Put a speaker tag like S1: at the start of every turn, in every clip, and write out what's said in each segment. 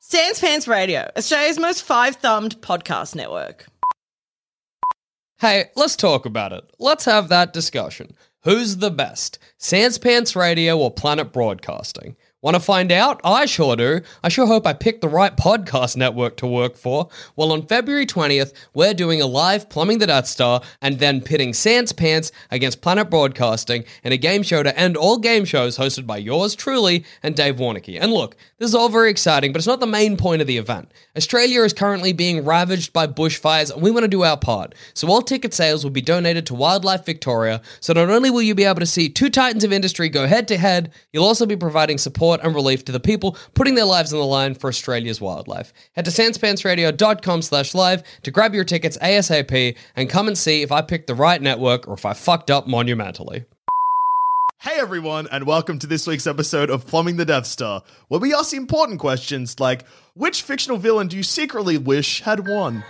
S1: Sans Pants Radio, Australia's most five thumbed podcast network.
S2: Hey, let's talk about it. Let's have that discussion. Who's the best, Sans Pants Radio or Planet Broadcasting? Want to find out? I sure do. I sure hope I picked the right podcast network to work for. Well, on February 20th, we're doing a live Plumbing the Death Star and then pitting Sans Pants against Planet Broadcasting in a game show to end all game shows hosted by yours truly and Dave Warnicki. And look, this is all very exciting, but it's not the main point of the event. Australia is currently being ravaged by bushfires, and we want to do our part. So all ticket sales will be donated to Wildlife Victoria. So not only will you be able to see two titans of industry go head to head, you'll also be providing support and relief to the people putting their lives on the line for Australia's wildlife. Head to sanspantsradio.com slash live to grab your tickets ASAP and come and see if I picked the right network or if I fucked up monumentally.
S3: Hey everyone, and welcome to this week's episode of Plumbing the Death Star, where we ask important questions like which fictional villain do you secretly wish had won?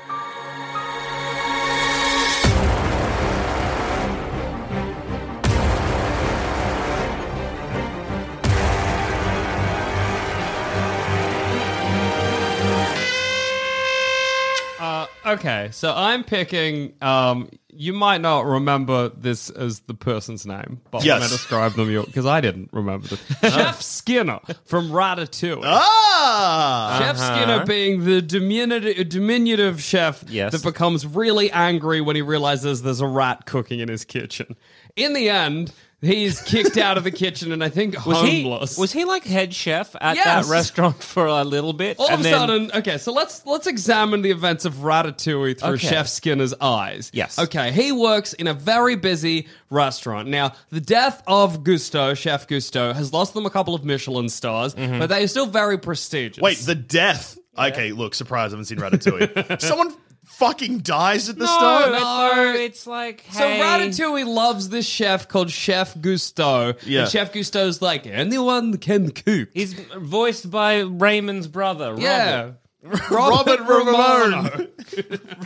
S2: Uh, Okay, so I'm picking. Um, you might not remember this as the person's name, but
S3: Yes.
S2: when I describe them, because I didn't remember this. Chef Skinner from Ratatouille.
S4: Uh-huh.
S3: Ah!
S2: Chef Skinner being the diminutive, diminutive chef
S4: Yes.
S2: that becomes really angry when he realizes there's a rat cooking in his kitchen. In the end, he's kicked out of the kitchen and I think
S4: Was he,
S2: homeless.
S4: was he like head chef at
S2: Yes.
S4: that restaurant for a little bit?
S2: All
S4: and
S2: of a
S4: then-
S2: sudden, okay, so let's let's examine the events of Ratatouille through
S4: Okay.
S2: Chef Skinner's eyes.
S4: Yes.
S2: Okay, he works in a very busy restaurant. Now, the death of Gusto, Chef Gusto, has lost them a couple of Michelin stars,
S4: Mm-hmm.
S2: but they are still very prestigious.
S3: Wait, the death. Okay, look, surprise, I haven't seen Ratatouille. Someone fucking dies at the
S2: No,
S3: start?
S2: oh, no,
S4: Oh, it's like
S2: So
S4: hey,
S2: Ratatouille loves this chef called Chef Gusto.
S3: Yeah.
S2: And Chef Gusto's like, anyone can cook.
S4: He's voiced by Raymond's brother.
S2: yeah.
S4: Robert.
S3: Robert
S2: Romano.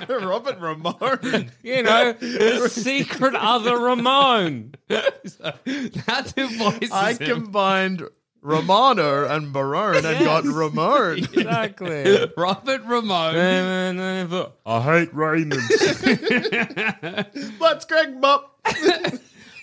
S3: Ramone. Robert Ramone.
S4: you know, the secret other Ramon.
S2: That's who voices
S3: I
S2: him.
S3: combined Romano and Barone and got Ramone.
S4: Exactly.
S2: Robert Ramone.
S4: I
S3: hate Raymond. Let's Greg Bop.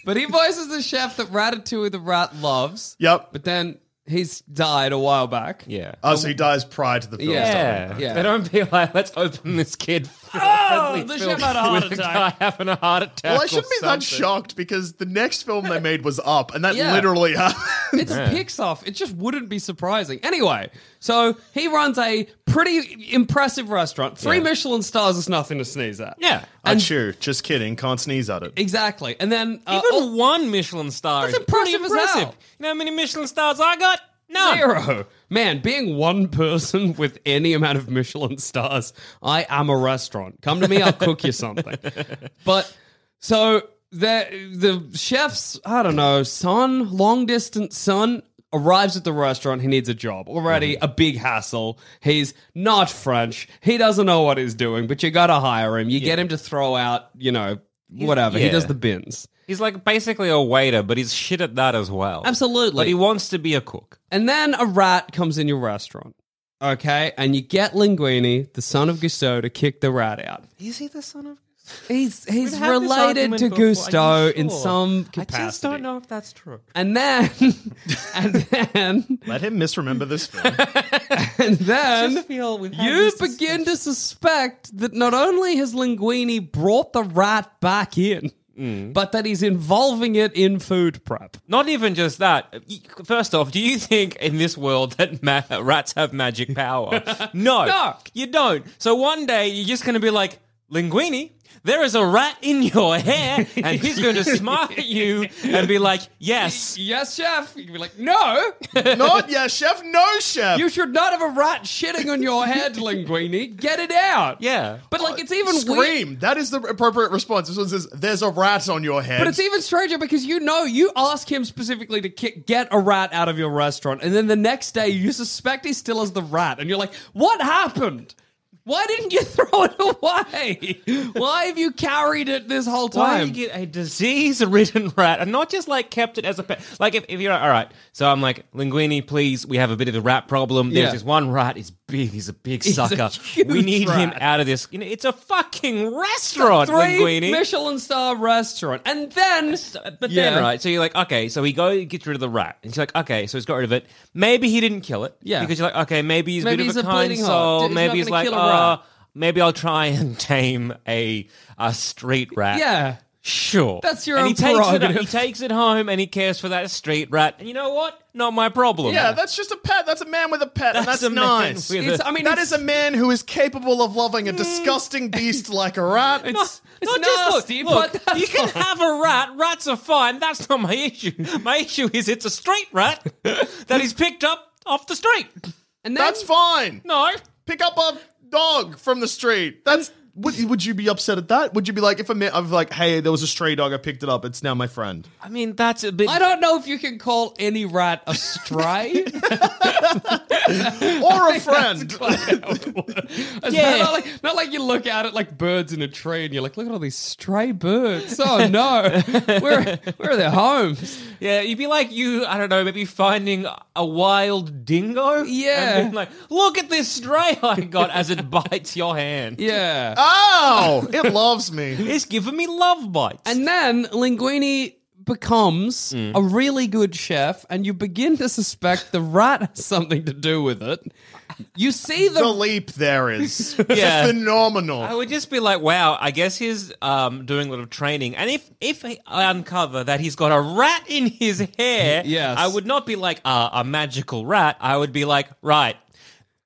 S2: But he voices the chef that Ratatouille the rat loves.
S3: Yep.
S2: But then he's died a while back.
S4: yeah.
S3: Oh, so he dies prior to the film.
S2: Yeah.
S3: starting.
S4: Yeah.
S2: Yeah.
S4: They don't be like, let's open this kid. for
S2: Oh,
S4: friendly
S2: the
S4: film
S2: chef had a heart
S4: with
S2: attack.
S4: guy having a heart attack.
S3: Well, I
S4: or
S3: shouldn't be that
S4: something.
S3: shocked because the next film they made was Up, and that
S2: Yeah.
S3: literally happened.
S2: It's Pixar. It just wouldn't be surprising. Anyway, so he runs a pretty impressive restaurant. Three
S4: Yeah.
S2: Michelin stars is nothing to sneeze at.
S4: Yeah.
S2: And
S3: Achoo, just kidding. Can't sneeze at it.
S2: exactly. And then uh,
S4: Even
S2: oh,
S4: one Michelin star
S2: That's
S4: is pretty
S2: impressive as hell.
S4: impressive. You know how many Michelin stars I got? None.
S2: Zero. Man, being one person with any amount of Michelin stars, I am a restaurant. Come to me, I'll cook you something. But so the the chef's, I don't know, son, long distance son arrives at the restaurant he needs a job already
S4: Mm-hmm.
S2: a big hassle he's not french he doesn't know what he's doing but you gotta hire him you get him to throw out you know whatever he
S4: yeah.
S2: does the bins
S4: He's like basically a waiter, but he's shit at that as well.
S2: Absolutely.
S4: But he wants to be a cook.
S2: And then a rat comes in your restaurant. Okay, and you get Linguini, the son of Gusto, to kick the rat out.
S4: Is he the son of?
S2: He's he's
S4: We've had this
S2: related
S4: argument
S2: to
S4: before, are you
S2: Gusto in
S4: sure?
S2: some
S4: I
S2: capacity.
S4: just don't know if that's true.
S2: And then, and then,
S3: Let him misremember this film.
S2: and then,
S4: Just feel we've had
S2: you
S4: this
S2: begin to suspect that not only has Linguini brought the rat back in, but that he's involving it in food prep.
S4: Not even just that. First off, do you think in this world that ma- rats have magic power? No,
S2: No.
S4: you don't. So one day you're just going to be like Linguini. There is a rat in your hair, and he's going to smile at you and be like, "Yes,
S2: Yes, chef. You'd be like, no,
S3: Not yeah, chef. No, chef.
S2: You should not have a rat shitting on your head, Linguini. Get it out.
S4: Yeah.
S2: But like it's even weird.
S3: Uh, scream. That is the appropriate response. This one says, "There's a rat on your head."
S2: But it's even stranger because you know you ask him specifically to ki- get a rat out of your restaurant, and then the next day you suspect he still has the rat, and you're like, "What happened? Why didn't you throw it away? Why have you carried it this whole
S4: Why do
S2: time?"
S4: you get a disease-ridden rat and not just like kept it as a pet? Like if, if you're like, all right, so I'm like Linguini, please, we have a bit of a rat problem. There's
S2: Yeah.
S4: this one rat, it's big. He's a big
S2: a
S4: sucker.
S2: huge
S4: we need him
S2: rat.
S4: out of this. You know, it's a fucking restaurant,
S2: Three
S4: Linguini.
S2: Michelin star restaurant, and then
S4: But
S2: Yeah.
S4: then, right? So you're like, okay, so he go he gets rid of the rat. And he's like, okay, so he's got rid of it. Maybe he didn't kill it.
S2: Yeah.
S4: Because you're like, okay, maybe he's
S2: Maybe
S4: a bit
S2: he's
S4: of
S2: a
S4: a, kind
S2: bleeding
S4: soul.
S2: heart. He's not
S4: maybe he's
S2: gonna
S4: like,
S2: kill a rat.
S4: oh, maybe I'll try and tame a a street rat.
S2: yeah,
S4: Sure.
S2: That's your
S4: and
S2: own
S4: he takes It, he
S2: prerogative.
S4: takes it home and he cares for that street rat. And you know what? Not my problem.
S3: Yeah, that's just a pet. That's a man with a pet, and that's
S4: a man
S3: nice.
S4: with
S2: It's-
S4: a-
S2: I mean,
S3: that
S2: it's-
S3: is a man who is capable of loving a disgusting beast like a rat.
S2: Mm. it's, it's
S4: Not just- look,
S2: nasty,
S4: look,
S2: but that's
S4: you can have a rat. Rats are fine. That's not my issue. My issue is it's a street rat that he's picked up off the street.
S2: and then,
S3: that's fine.
S4: No.
S3: Pick up a dog from the street. That's would, would you be upset at that? Would you be like if a man I'm like, hey, there was a stray dog, I picked it up, it's now my friend.
S4: I mean, that's a bit.
S2: I don't know if you can call any rat a stray.
S3: Or a friend.
S2: It's
S4: Yeah.
S2: Not like, not like you look at it like birds in a tree and you're like, look at all these stray birds. Oh no, where where are their homes?
S4: Yeah, you'd be like you. I don't know. Maybe finding a wild dingo.
S2: Yeah.
S4: and being like, look at this stray I got as it bites your hand.
S2: Yeah.
S3: Ow! It loves me.
S4: It's giving me love bites.
S2: And then Linguini becomes
S4: Mm.
S2: a really good chef, and you begin to suspect the rat has something to do with it. You see
S3: The
S2: the
S3: leap there is
S4: Yeah.
S3: phenomenal.
S4: I would just be like, wow. I guess he's um, doing a lot of training. And if if I uncover that he's got a rat in his hair,
S2: Yes.
S4: I would not be like uh, a magical rat. I would be like, right.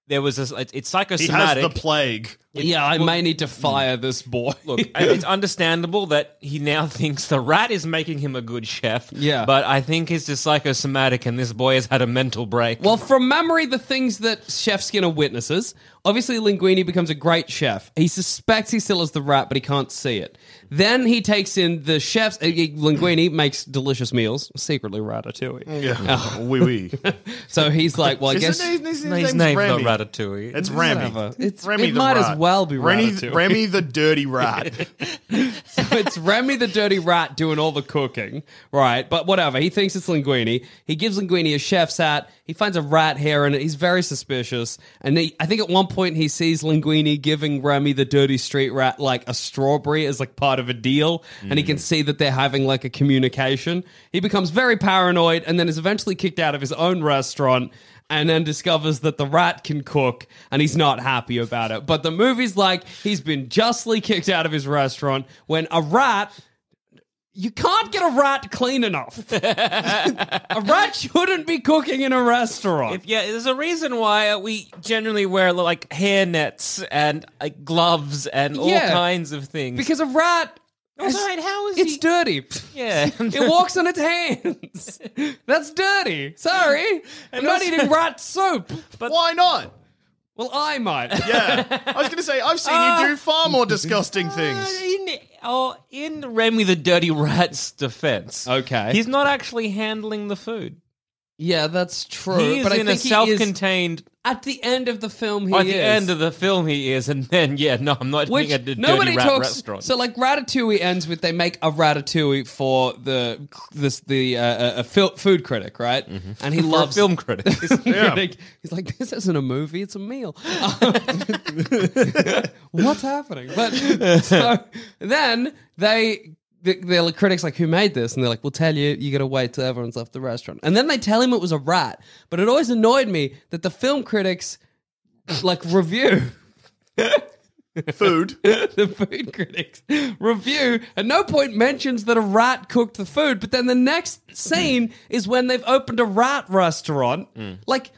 S4: There was this. It's it's
S3: he has
S4: psychosomatic.
S3: the plague.
S2: yeah, I may need to fire this boy.
S4: Look, and it's understandable that he now thinks the rat is making him a good chef.
S2: Yeah.
S4: But I think it's just psychosomatic and this boy has had a mental break.
S2: Well, from memory, the things that Chef Skinner witnesses obviously, Linguini becomes a great chef. He suspects he still has the rat, but he can't see it. Then he takes in the chef's. uh, Linguini makes delicious meals, secretly ratatouille.
S3: Mm. Yeah. Wee wee.
S2: So he's like, well, Oh. I
S3: His
S2: guess.
S3: name- his
S4: No, his
S3: name's
S4: name's
S3: Remy.
S4: not Ratatouille.
S3: It's
S2: Whatever.
S3: Remy.
S2: It's-
S3: Remy
S2: it
S3: the
S2: might as
S3: rat.
S2: well be
S3: Remy,
S2: Ratatouille.
S3: Remy the dirty rat.
S2: it's Remy the dirty rat doing all the cooking, right? But whatever. He thinks it's Linguini. He gives Linguini a chef's hat. He finds a rat hair in it. He's very suspicious. And he, I think at one point he sees Linguini giving Remy the dirty street rat like a strawberry as like part of a deal. And he can see that they're having like a communication. He becomes very paranoid and then is eventually kicked out of his own restaurant. And then discovers that the rat can cook and he's not happy about it. But the movie's like he's been justly kicked out of his restaurant when a rat you can't get a rat clean enough. a rat shouldn't be cooking in a restaurant.
S4: If, yeah, there's a reason why uh, we generally wear like hair nets and like gloves and all
S2: Yeah.
S4: kinds of things.
S2: because a rat
S4: It's all right, how is
S2: it's
S4: he-
S2: dirty.
S4: yeah,
S2: It walks on its hands. That's dirty. Sorry. I'm not eating rat soup.
S3: Why not?
S2: Well, I might.
S3: Yeah. I was going to say, I've seen you do far more disgusting things.
S4: in oh, in Remy the Dirty Rat's defense,
S2: Okay.
S4: he's not actually handling the food.
S2: Yeah, that's true.
S4: He is
S2: but I
S4: in a
S2: think he is-
S4: self-contained
S2: at the end of the film he
S4: At
S2: is.
S4: the end of the film, he is, and then yeah, no, I'm not
S2: Which
S4: eating at the
S2: nobody
S4: dirty rat
S2: talks.
S4: restaurant.
S2: So like Ratatouille ends with they make a Ratatouille for the this the uh, uh, a fil- food critic, right? And he
S4: Mm-hmm. For a
S2: loves
S4: film critic.
S2: critic. He's like, this isn't a movie; it's a meal. What's happening? But so then they. The, the critic's like, who made this? And they're like, we'll tell you. You gotta wait till everyone's left the restaurant. And then they tell him it was a rat. But it always annoyed me that the film critics like review
S3: Food.
S2: the food critics review at no point mentions that a rat cooked the food but then the next scene is when they've opened a rat restaurant like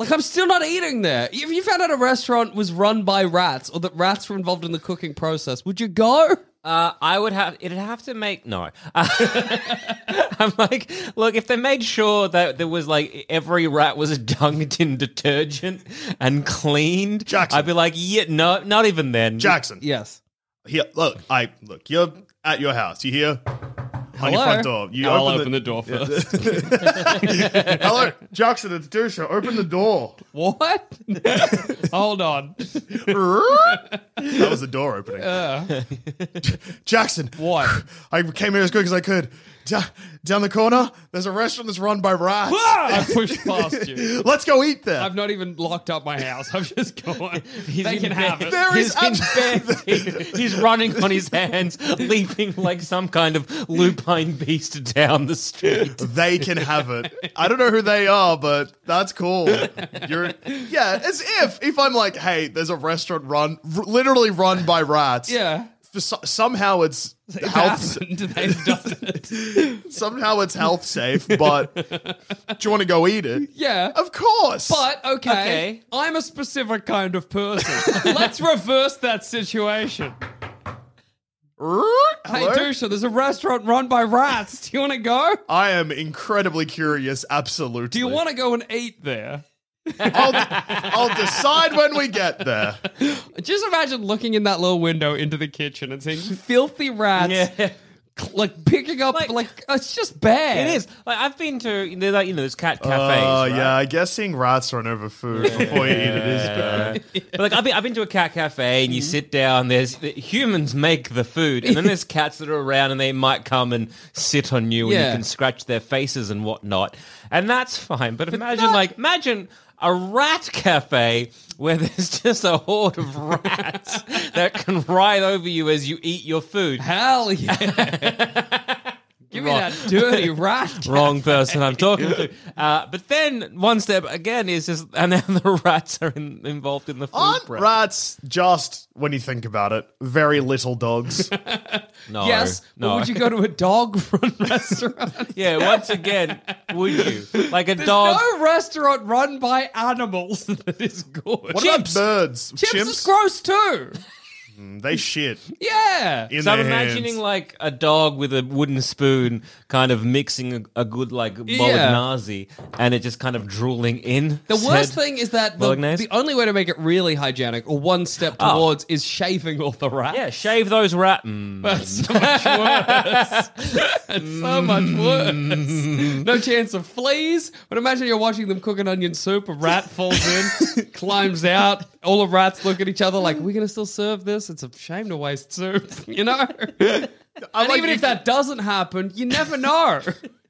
S2: like i'm still not eating there if you found out a restaurant was run by rats or that rats were involved in the cooking process would you go
S4: uh, I would have it'd have to make no. I'm like, look, if they made sure that there was like every rat was dunked in detergent and cleaned,
S3: Jackson.
S4: I'd be like, yeah, no, not even then.
S3: Jackson.
S2: yes
S3: Here, look, I look. You're at your house. You hear on your
S2: Hello?
S3: front door. You
S2: I'll open the door
S3: Yeah.
S2: first.
S3: Hello, Jackson. It's Dusha. Open the door.
S2: what hold on
S3: that was the door opening. Jackson,
S2: what
S3: I came here as quick as I could. D- down the corner, there's a restaurant that's run by rats.
S2: I pushed past you.
S3: Let's go eat there.
S2: I've not even locked up my house. I've just gone. they
S4: in
S2: can
S4: bed.
S2: have it.
S3: There is
S4: he's in
S3: abs-
S4: bed. He- he's running on his hands, leaping like some kind of lupine beast down the street.
S3: they can have it. I don't know who they are, but that's cool. You're yeah, as if if I'm like, hey, there's a restaurant run r- literally run by rats.
S2: Yeah.
S3: For so- somehow it's health.
S2: Happened. They've done it.
S3: Somehow it's health safe, but do you want to go eat it?
S2: Yeah.
S3: Of course.
S2: But okay,
S4: Okay.
S2: I'm a specific kind of person. Let's reverse that situation.
S3: Hello?
S2: Hey, Dusha, there's a restaurant run by rats. Do you want to go?
S3: I am incredibly curious. Absolutely.
S2: Do you want to go and eat there?
S3: I'll, I'll decide when we get there.
S2: Just imagine looking in that little window into the kitchen and seeing filthy rats, cl- like picking up, like,
S4: Like-
S2: it's just bad.
S4: It is. Like I've been to you know, like you know, those cat cafes.
S3: Oh
S4: right?
S3: yeah, I guess seeing rats run over food before you eat it is bad.
S4: But like I've been, I've been to a cat cafe and you
S2: Mm-hmm.
S4: sit down. There's the, humans make the food, and then there's cats that are around and they might come and sit on you, and
S2: Yeah.
S4: you can scratch their faces and whatnot, and that's fine. But imagine
S2: that-
S4: like imagine a rat cafe where there's just a horde of rats that can writhe over you as you eat your food.
S2: Hell yeah. Give me that dirty rat.
S4: Wrong person I'm talking to. Uh, but then one step again is just, and then the rats are in, involved in the food
S3: Aren't
S4: prep.
S3: rats just, when you think about it, very little dogs?
S4: No,
S2: Yes,
S4: no.
S2: but would you go to a dog run restaurant?
S4: Yeah, once again, would you? Like a
S2: There's
S4: dog.
S2: no restaurant run by animals that is good.
S3: What
S2: Chimps.
S3: about birds?
S2: Chips is gross too.
S3: They shit
S2: Yeah.
S3: in
S4: So I'm
S3: their
S4: imagining
S3: hands.
S4: like a dog with a wooden spoon kind of mixing a, a good like bowl
S2: Yeah.
S4: of nazi and it just kind of drooling in.
S2: The
S4: said-
S2: worst thing is that the,
S4: Bolognese?
S2: the only way to make it really hygienic or one step
S4: Oh.
S2: towards is shaving all the rats.
S4: Yeah, shave those rat. Mm.
S2: That's so much worse. it's so much worse.
S4: Mm.
S2: No chance of fleas. But imagine you're watching them cook an onion soup. A rat falls in, climbs out. All the rats look at each other like, "Are we gonna still serve this? It's a shame to waste soup." You know. and
S3: like
S2: even
S3: you
S2: if that doesn't happen, you never know.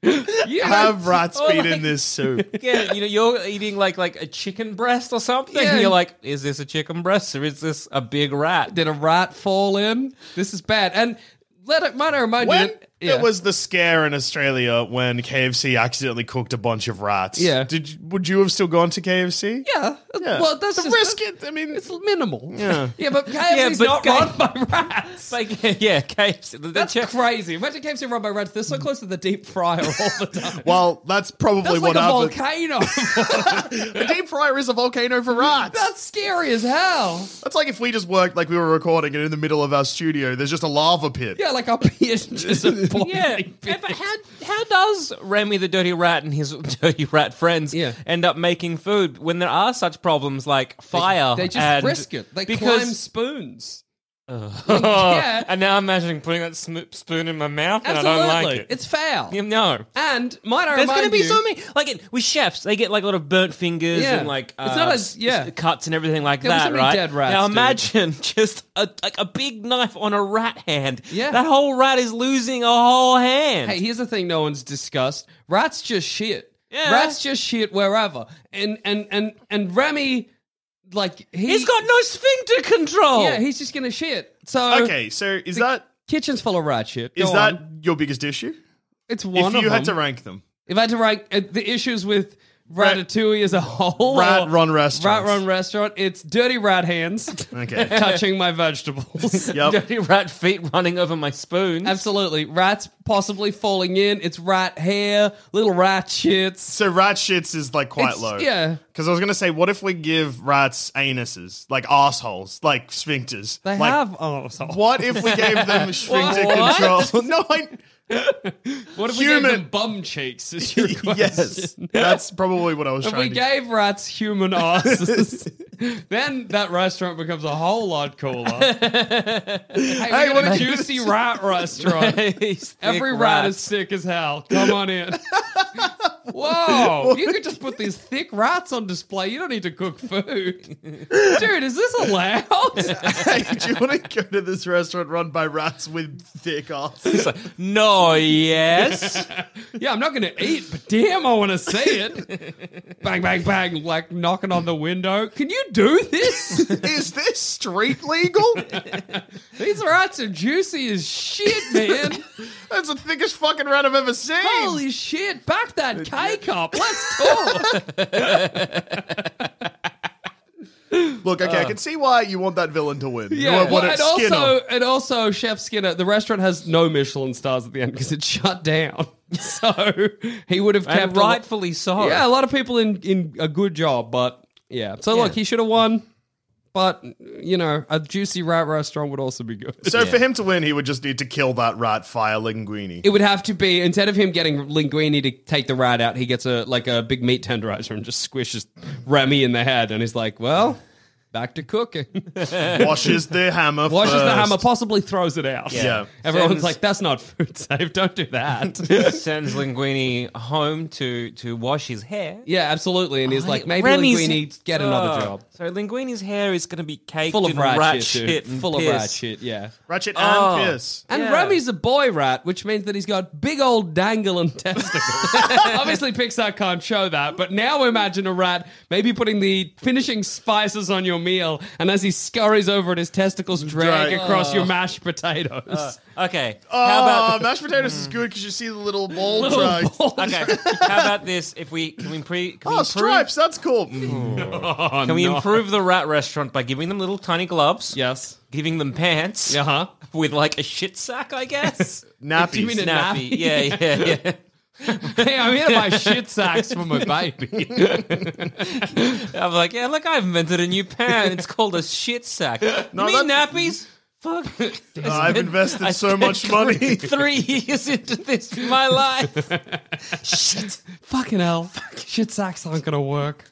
S2: You
S3: Have rats
S4: Oh,
S3: been in
S4: like-
S3: this soup?
S4: Yeah, you know, you're eating like like a chicken breast or something.
S2: Yeah.
S4: And you're like, is this a chicken breast or is this a big rat?
S2: Did a rat fall in? This is bad. And let it might I remind you
S3: When
S2: that, yeah.
S3: there was the scare in Australia when KFC accidentally cooked a bunch of rats,
S2: Yeah.
S3: did you- would you have still gone to KFC?
S2: yeah.
S3: Yeah.
S2: Well, that's
S3: the
S2: just-
S3: risk. It, I mean,
S2: It's minimal.
S3: Yeah.
S2: Yeah, but KFC's
S4: but
S2: not
S4: K-
S2: run by rats.
S4: Like, yeah, KFC. The, the
S2: That's
S4: chi-
S2: crazy. Imagine KFC run by rats. They're so close to the deep fryer all the time.
S3: well, that's probably
S2: That's like
S3: what
S2: a
S3: happened.
S2: volcano.
S3: A deep fryer is a volcano for rats.
S2: That's scary as hell.
S3: That's like if we just worked like we were recording and in the middle of our studio, there's just a lava pit.
S2: Yeah, like our pigeons are boiling.
S4: Yeah, yeah, but how how does Remy the Dirty Rat and his dirty rat friends
S2: Yeah.
S4: end up making food when there are such problems like fire?
S2: They just
S4: and
S2: risk it. They climb
S4: because
S2: spoons. yeah.
S4: yeah. And now I'm imagining putting that sm- spoon in my mouth,
S2: Absolutely.
S4: and I don't like it.
S2: It's foul.
S4: You know.
S2: And might I
S4: There's
S2: remind
S4: going to be
S2: you,
S4: so many, like it, with chefs, they get like a lot of burnt fingers
S2: Yeah.
S4: and like uh,
S2: It's not as-
S4: s-
S2: yeah.
S4: cuts and everything like
S2: There'll be
S4: that,
S2: so many
S4: right?
S2: dead rats,
S4: now
S2: dude.
S4: imagine just a, like a big knife on a rat hand.
S2: Yeah.
S4: that whole rat is losing a whole hand.
S2: Hey, here's the thing no one's discussed. Rats just shit.
S4: Yeah.
S2: Rats just shit wherever. And and and and Remy like he, Oh.
S4: He's got no sphincter control.
S2: Yeah, he's just gonna shit. So
S3: Okay, so is that
S2: kitchen's full of rat shit.
S3: is
S2: Go
S3: that
S2: on.
S3: your biggest issue?
S2: it's
S3: If
S2: one
S3: you
S2: of
S3: had to
S2: them.
S3: rank them,
S2: if I had to rank uh, the issues with Ratatouille as a whole,
S3: rat
S2: or-
S3: run
S2: rat
S3: restaurants.
S2: run restaurant, it's dirty rat hands
S3: Okay.
S2: touching my vegetables.
S3: Yep.
S4: Dirty rat feet running over my spoon.
S2: Absolutely, rats possibly falling in. It's rat hair, little rat shits.
S3: So rat shits is like quite
S2: It's-
S3: low.
S2: yeah.
S3: Because I was gonna say, what if we give rats anuses, like assholes, like sphincters?
S2: They
S3: like,
S2: have. Oh, so-
S3: What if we gave them sphincter
S2: What?
S3: control? No, I.
S2: What if we gave
S3: Human.
S2: them bum cheeks? Is your question?
S3: Yes, that's probably what I was
S2: If we
S3: trying to.
S2: gave rats human asses, then that restaurant becomes a whole lot cooler. hey, we got a
S3: what-
S2: juicy rat restaurant.
S4: He's thick
S2: Every rat is sick as hell. Come on in. Whoa, you could just put these thick rats on display. You don't need to cook food. Dude, is this allowed?
S3: hey, do you want to go to this restaurant run by rats with thick asses?
S4: It's like, no, yes.
S2: yeah, I'm not going to eat, but damn, I want to see it. bang, bang, bang, like knocking on the window. Can you do this?
S3: Is this street legal?
S2: These rats are juicy as shit, man.
S3: That's the thickest fucking rat I've ever seen.
S2: Holy shit, back that cake up. Let's talk.
S3: Look, okay, I can see why you want that villain to win. you want,
S2: well,
S3: want it
S2: and
S3: Skinner.
S2: also, and also, Chef Skinner, the restaurant has no Michelin stars at the end because it shut down. So he would have kept
S4: And
S2: a lo-
S4: rightfully so.
S2: Yeah, a lot of people in in a good job, but yeah. So look, he should have won, but you know, a juicy rat restaurant would also be good.
S3: so for him to win, he would just need to kill that rat, fire linguini.
S2: It would have to be instead of him getting linguini to take the rat out, he gets a like a big meat tenderizer and just squishes Remy in the head, and he's like, "Well, back to cooking."
S3: washes the hammer.
S2: Washes the
S3: first.
S2: hammer, possibly throws it out.
S3: Yeah.
S2: everyone's
S4: Sends-
S2: like, "That's not food safe. Don't do that."
S4: Sends Linguini home to to wash his hair.
S2: yeah, absolutely. And he's like, "Maybe
S4: Remy's-
S2: linguini get another
S4: Oh.
S2: job."
S4: So Linguini's hair is going to be caked
S2: Full
S4: in
S2: of rat, shit, dude.
S4: and
S2: full
S4: piss.
S2: of rat shit. Yeah.
S3: Ratchet
S4: Oh.
S3: and piss.
S2: And
S4: Yeah.
S2: Remy's a boy rat, which means that he's got big old dangling testicles. Obviously, Pixar can't show that, but now imagine a rat maybe putting the finishing spices on your meal, and as he scurries over it, his testicles drag
S3: Drag.
S2: across your mashed potatoes.
S4: Okay.
S3: Oh,
S4: How about
S3: mashed potatoes is good because you see the little
S2: Mm.
S3: ball
S2: Little
S3: tracks.
S2: ball-
S4: okay? How about this? If we can we pre can we
S3: Oh,
S4: improve,
S3: stripes. That's cool. Mm.
S2: Oh,
S4: can we
S2: no.
S4: improve the rat restaurant by giving them little tiny gloves?
S2: Yes.
S4: Giving them pants.
S2: Uh huh.
S4: With like a shit sack, I guess.
S3: Nappies.
S2: Do you mean a
S4: Nappy.
S2: nappy?
S4: Yeah, yeah, yeah.
S2: hey, I'm here to buy shit sacks for my baby.
S4: I'm like, yeah, look, I invented a new pan. It's called a shit sack.
S3: No,
S4: you mean
S3: that's-
S4: nappies? Fuck.
S3: Uh, I've invested
S4: I
S3: so much money.
S4: Three years into this, my life. shit.
S2: Fucking hell. Shit sacks aren't going to work.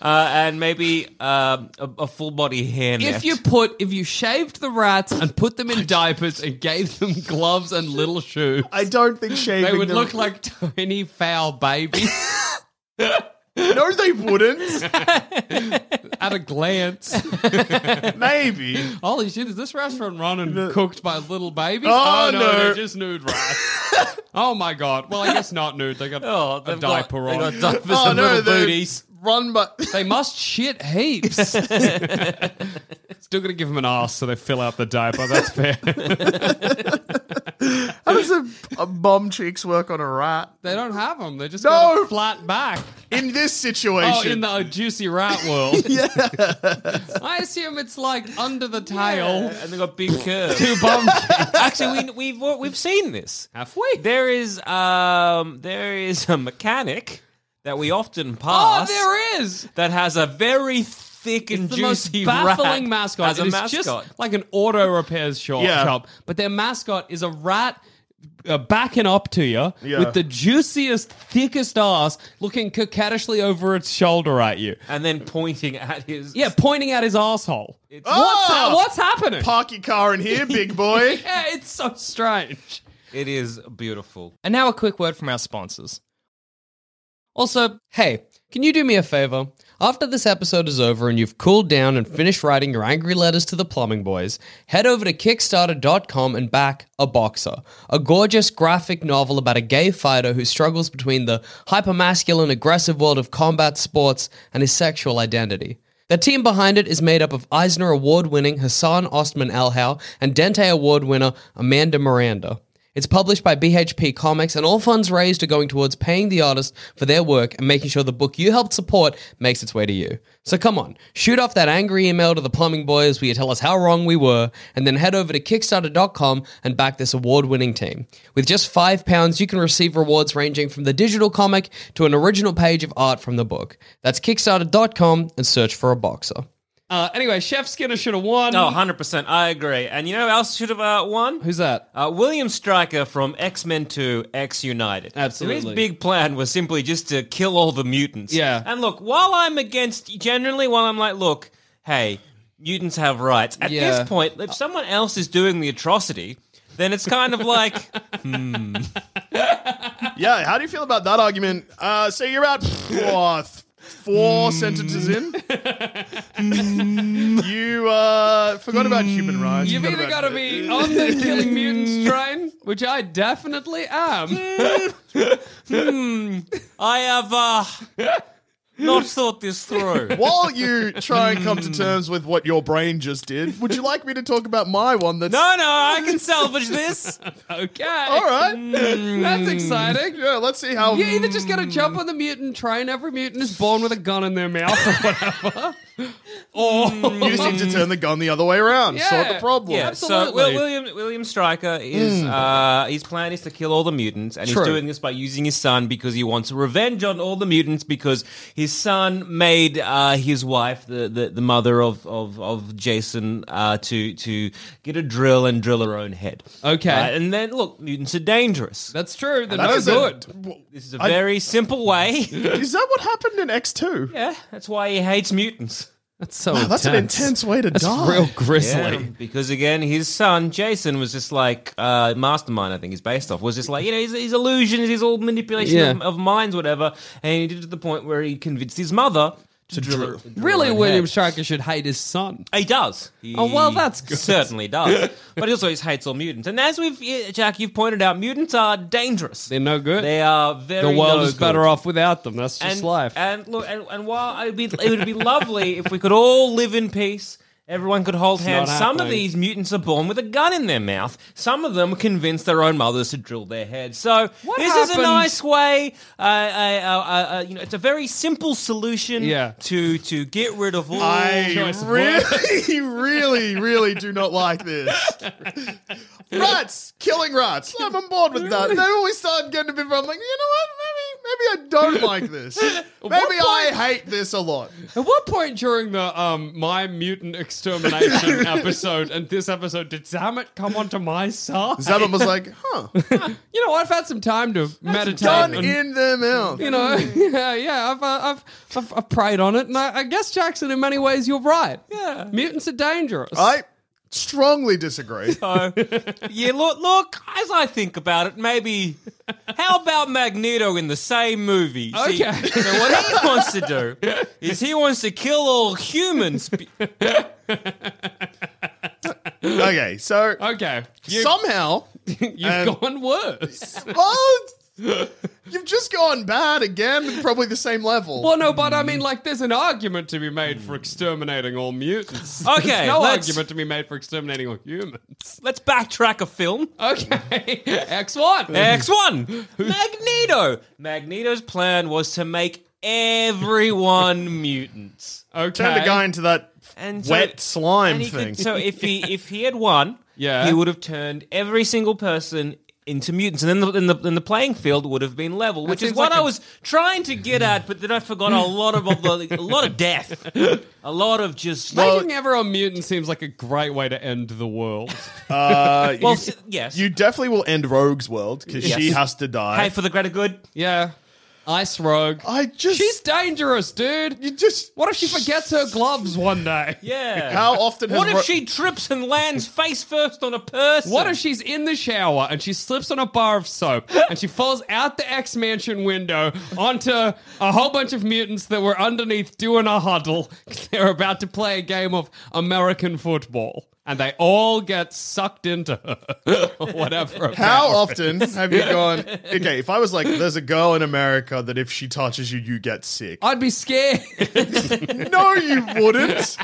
S4: Uh, and maybe um, a, a full body hair. net.
S2: If you put, if you shaved the rats and put them in diapers and gave them gloves and little shoes,
S3: I don't think shaving.
S2: they would
S3: them-
S2: look like tiny foul babies
S3: No, they wouldn't.
S2: at a glance.
S3: Maybe.
S2: Holy shit! Is this restaurant run and
S3: The-
S2: cooked by little babies?
S3: Oh, no.
S2: they're just nude rats. oh my god! Well, I guess not nude. They got
S4: Oh,
S2: a
S4: they've got-
S2: diaper
S4: they
S2: on.
S4: got diapers
S3: Oh,
S4: and
S3: no,
S4: little
S3: they-
S4: booties.
S3: Run by.
S2: they must shit heaps. Still gonna give them an ass so they fill out the diaper. That's fair.
S3: How does a, a bum cheeks work on a rat?
S2: they don't have them. They just
S3: No.
S2: got a flat back.
S3: In this
S2: Oh,
S3: situation.
S2: in the juicy rat world. yeah. I assume it's like under the tail.
S4: and they got big curves.
S2: Two bum.
S4: Actually, we, we've al- we've seen this.
S2: Halfway.
S4: There is um there is a mechanic that we often
S2: Oh,
S4: pass
S2: there is.
S4: that has a very thick and
S2: The most
S4: juicy
S2: baffling
S4: rat
S2: mascot.
S4: as a
S2: It is
S4: mascot.
S2: just like an auto repairs shop,
S3: Yeah.
S2: shop, but their mascot is a rat. Uh, backing up to you
S3: Yeah.
S2: with the juiciest, thickest ass, looking coquettishly over its shoulder at you.
S4: and then pointing at his
S2: Yeah, pointing at his asshole.
S4: It's- Ah!
S2: What's
S3: Oh!
S2: what's happening?
S3: Park your car in here, big boy.
S2: yeah, it's so strange.
S4: It is beautiful.
S2: And now a quick word from our sponsors. Also, hey, can you do me a favor? After this episode is over and you've cooled down and finished writing your angry letters to the plumbing boys, head over to Kickstarter.com and back A Boxer, a gorgeous graphic novel about a gay fighter who struggles between the hypermasculine, aggressive world of combat sports and his sexual identity. The team behind it is made up of Eisner Award winning Hassan Ostman Alhau and Dente Award winner Amanda Miranda. It's published by BHP Comics, and all funds raised are going towards paying the artists for their work and making sure the book you helped support makes its way to you. So come on, shoot off that angry email to the plumbing boys where you tell us how wrong we were, and then head over to Kickstarter.com and back this award winning team. With just £5, you can receive rewards ranging from the digital comic to an original page of art from the book. That's Kickstarter.com and search for a boxer. Uh, anyway, Chef Skinner should have won.
S4: Oh, 100%. I agree. And you know who else should have uh, won?
S2: Who's that?
S4: Uh, William Stryker from X Men 2 X United.
S2: Absolutely.
S4: So his big plan was simply just to kill all the mutants.
S2: Yeah.
S4: And look, while I'm against, generally, while I'm like, look, hey, mutants have rights. At
S2: Yeah.
S4: this point, if someone else is doing the atrocity, then it's kind of like, hmm.
S3: yeah, how do you feel about that argument? Uh, so you're at four, th- four
S2: Mm.
S3: sentences in. you uh, forgot about human rights.
S2: You've
S3: forgot
S2: either
S3: about-
S2: got to be on the killing mutants train, which I definitely am.
S4: I have uh, not thought this through.
S3: While you try and come to terms with what your brain just did, would you like me to talk about my one? That's
S4: No, no, I can salvage this.
S2: Okay.
S3: all right. Mm.
S2: That's exciting.
S3: Yeah, let's see how.
S2: You either just got to jump on the mutant train. Every mutant is born with a gun in their mouth or whatever. or
S3: You seem to turn the gun the other way around.
S2: Yeah.
S3: Sort the problem.
S4: Yeah, so
S2: Absolutely. Hmm.
S4: Will, William William Stryker is uh, his plan is to kill all the mutants, and
S2: True.
S4: he's doing this by using his son because he wants revenge on all the mutants because his son made uh, his wife, the, the, the mother of of, of Jason, uh, to to get a drill and drill her own head.
S2: Okay.
S4: Right, and then look, mutants are dangerous.
S2: that's true. They're
S3: That
S2: no
S3: is a-
S2: good.
S4: this is a
S3: I-
S4: very simple way.
S3: Is that what happened in X two?
S4: yeah, that's why he hates mutants.
S2: That's so.
S3: That's an intense way to
S2: That's
S3: die.
S2: real grisly.
S4: Yeah, because again, his son Jason was just like uh, mastermind. I think he's based off was just like you know his, his illusions, his all manipulation of,
S2: Yeah.
S4: of minds, whatever. And he did it to the point where he convinced his mother to, drill, her- to drill
S2: Really,
S4: her
S2: William
S4: head.
S2: Stryker should hate his son.
S4: He does. He
S2: Oh, well, that's good.
S4: certainly does. but he also just hates all mutants. And as we've yeah, Jack, you've pointed out, mutants are dangerous.
S2: They're no good.
S4: They are very.
S2: the world
S4: no
S2: is
S4: good.
S2: better off without them. That's just
S4: And,
S2: life.
S4: and look, and, and while it would be, it would be lovely if we could all live in peace, everyone could hold hands.
S2: not
S4: Some of
S2: happening.
S4: these mutants are born with a gun in their mouth. Some of them convince their own mothers to drill their heads. So
S2: What
S4: this is a
S2: happened-
S4: nice way. Uh, uh, uh, uh, uh, you know, it's a very simple solution
S2: Yeah.
S4: to to get rid of all.
S3: I
S2: Choice of
S3: really, really, really do not like this. Rats, killing rats. I'm on board with that. Then when we started getting a bit, I'm like, you know what? Maybe, maybe I don't like this. Maybe I hate this a lot.
S2: At what point during the um, my mutant extermination episode and this episode did Zamet come onto my side?
S3: Zabon was like, huh?
S2: you know, I've had some time to meditate.
S3: Done
S2: and-
S3: in their mouth.
S2: you know, yeah, yeah. I've, uh, I've, I've, I've prayed on it, and I, I guess Jackson, in many ways, you're right.
S4: Yeah.
S2: mutants are dangerous.
S3: I strongly disagree.
S4: So, yeah, look, look. As I think about it, maybe how about Magneto in the same movie? See,
S2: Okay.
S4: so what he wants to do is he wants to kill all humans. be-
S3: Okay, so
S2: okay, you,
S3: somehow,
S2: you've
S3: um,
S2: gone worse.
S3: well, you've just gone bad again with probably the same level.
S2: well, no, but I mean, like, there's an argument to be made for exterminating all mutants.
S4: Okay,
S2: there's no
S4: let's-
S2: argument to be made for exterminating all humans.
S4: Let's backtrack a film.
S2: Okay, X one.
S4: X1 Magneto. Magneto's plan was to make everyone mutants.
S2: Okay,
S3: Turned the guy into that
S4: And so-
S3: wet slime
S4: And he
S3: thing.
S4: could, so if he if he had won,
S2: Yeah.
S4: he would have turned every single person into mutants, and then the, then the, then the playing field would have been level, which is
S2: seems
S4: what
S2: like
S4: I
S2: a-
S4: was trying to get at. But then I forgot a lot of, of the, a lot of death, a lot of just well,
S2: Making everyone mutant seems like a great way to end the world.
S3: Uh, you,
S4: s- yes,
S3: you definitely will end Rogue's world because she
S4: Yes.
S3: has to die.
S4: hey for the greater good.
S2: yeah, Ice Rogue.
S3: I just,
S2: She's dangerous, dude.
S3: you just.
S2: What if she forgets her gloves one day?
S4: Yeah.
S3: How often has
S4: what if
S3: Ro-
S4: she trips and lands face first on a person?
S2: What if she's in the shower and she slips on a bar of soap and she falls out the X Mansion window onto a whole bunch of mutants that were underneath doing a huddle? 'cause They're about to play a game of American football and they all get sucked into her or whatever.
S3: How often have you gone? Okay, if I was like, there's a girl in America that if she touches you, you get sick.
S2: I'd be scared.
S3: no, you wouldn't.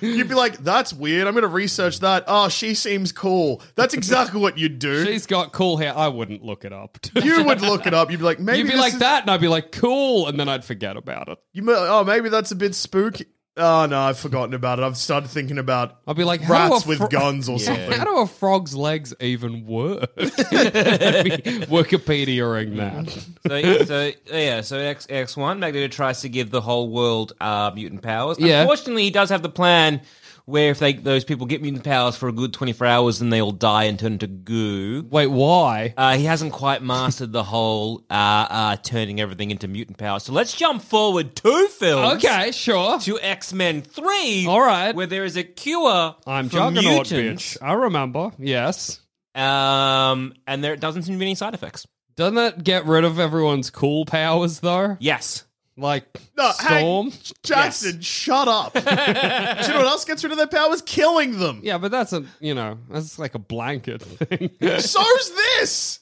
S3: You'd be like, that's weird. I'm going to research that. Oh, she seems cool. That's exactly what you'd do.
S2: She's got cool hair. I wouldn't look it up.
S3: you would look it up. You'd be like, maybe
S2: You'd be
S3: this
S2: like
S3: is-
S2: that, and I'd be like, cool, and then I'd forget about it.
S3: You, mi- oh, maybe that's a bit spooky. Oh no, I've forgotten about it. I've started thinking about
S2: I'd be like, how do
S3: rats
S2: a
S3: with
S2: fro-
S3: guns or
S2: How
S3: something.
S2: do a frog's legs even work? Let me Wikipediaing that.
S4: so, so yeah, so X X one Magneto tries to give the whole world uh, mutant powers.
S2: Yeah.
S4: Unfortunately, he does have the plan where if they those people get mutant powers for a good twenty four hours, then they all die and turn into goo.
S2: Wait, why?
S4: Uh, he hasn't quite mastered the whole uh, uh, turning everything into mutant powers. So let's jump forward two films.
S2: Okay, sure.
S4: To X Men Three.
S2: All right.
S4: Where there is a cure
S2: I'm
S4: for
S2: Juggernaut,
S4: mutants,
S2: bitch. I remember. Yes.
S4: Um, and there doesn't seem to be any side effects.
S2: Doesn't that get rid of everyone's cool powers though?
S4: Yes.
S2: Like
S3: No,
S2: storm.
S3: Hank Jackson, shut up. Do you know what else gets rid of their powers? Killing them.
S2: Yeah, but that's a you know that's like a blanket thing.
S3: So's this.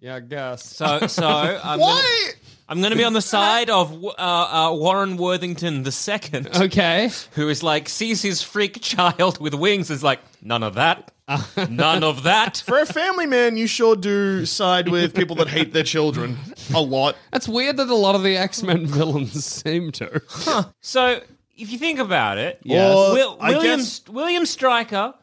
S2: yeah, I guess.
S4: So, so I'm Gonna,
S3: Why?
S4: I'm going to be on the side of uh, uh, Warren Worthington the second,
S2: okay.
S4: who is like sees his freak child with wings, is like none of that, none of that.
S3: For a family man, you sure do side with people that hate their children a lot.
S2: That's weird that a lot of the X Men villains seem to.
S4: So, if you think about it,
S2: Yes.
S3: Or,
S4: Will,
S3: I
S4: William
S3: guess-
S4: William Stryker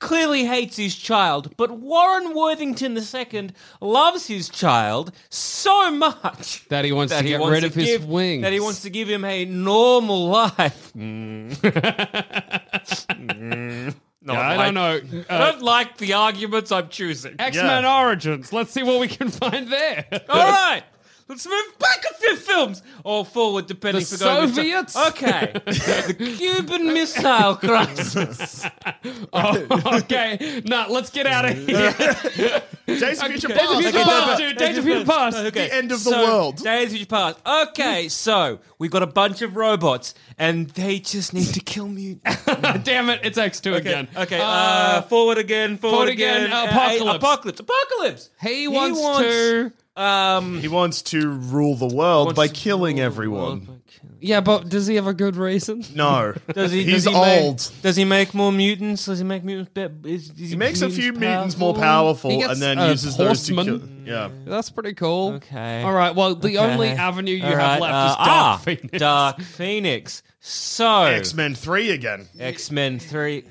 S4: clearly hates his child, but Warren Worthington II loves his child so much
S2: That he wants to get rid of his
S4: give,
S2: wings. Mm.
S4: That he wants to give him a normal life. Not
S2: Yeah, I
S4: like-
S2: don't know.
S4: I don't like the arguments I'm choosing.
S2: X Men
S3: Yeah.
S2: Origins. Let's see what we can find there.
S4: All right. Let's move back a few films or forward, depending
S2: The
S4: if we're going.
S2: Soviets?
S4: With okay, the Cuban Missile Crisis.
S2: Oh, okay, no, let's get out of here.
S3: Days of Future
S2: Days of
S3: Past.
S2: Future
S3: Okay,
S2: Past,
S3: no,
S2: dude. Days of Future Past.
S4: Okay,
S3: The end of the world.
S4: Days of past. Okay, so we got a bunch of robots, and they just need to kill mutants.
S2: Damn it, it's X two again.
S4: Okay, uh,
S2: Uh,
S4: forward again, forward,
S2: forward again, apocalypse.
S4: Uh, apocalypse, apocalypse.
S2: he, wants to.
S4: Um,
S3: He wants to rule the world by killing everyone.
S2: Yeah, but does he have a good reason?
S3: No.
S4: Does he?
S3: He's
S4: does he
S3: old.
S4: Make, does he make more mutants? Does he make mutants? Be- is, is
S3: He makes a few mutants more
S2: He
S3: powerful
S2: gets
S3: and then
S2: a
S3: uses those to kill.
S2: horseman.
S3: Yeah.
S2: That's pretty cool.
S4: Okay.
S2: All right. Well, the
S4: Okay.
S2: only avenue you
S4: All
S2: have
S4: right,
S2: left
S4: uh,
S2: is Dark
S4: ah,
S2: Phoenix.
S4: Dark Phoenix. So
S3: X Men 3 again.
S4: X Men Three.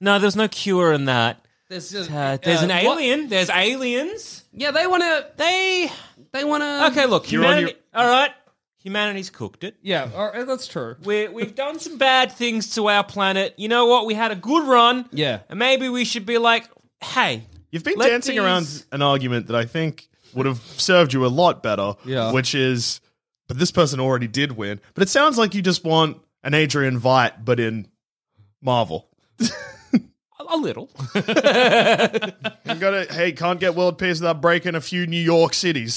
S4: No, there's no cure in that.
S2: There's, just,
S4: Uh, there's
S2: uh,
S4: an
S2: what-
S4: alien. There's aliens.
S2: Yeah, they want to.
S4: They
S2: They want to.
S4: okay. Look,
S3: You're on
S4: humanity. All right, humanity's cooked it.
S2: Yeah, all right, that's true.
S4: We're, we've done some bad things to our planet. You know what? We had a good run.
S2: Yeah.
S4: and maybe we should be like, hey,
S3: You've been
S4: Let
S3: dancing
S4: these-
S3: around an argument that I think would have served you a lot better,
S2: Yeah.
S3: which is, but this person already did win. But it sounds like you just want an Adrian Veidt, but in Marvel.
S4: a, a little.
S3: You gotta, hey, can't get world peace without breaking a few New York cities.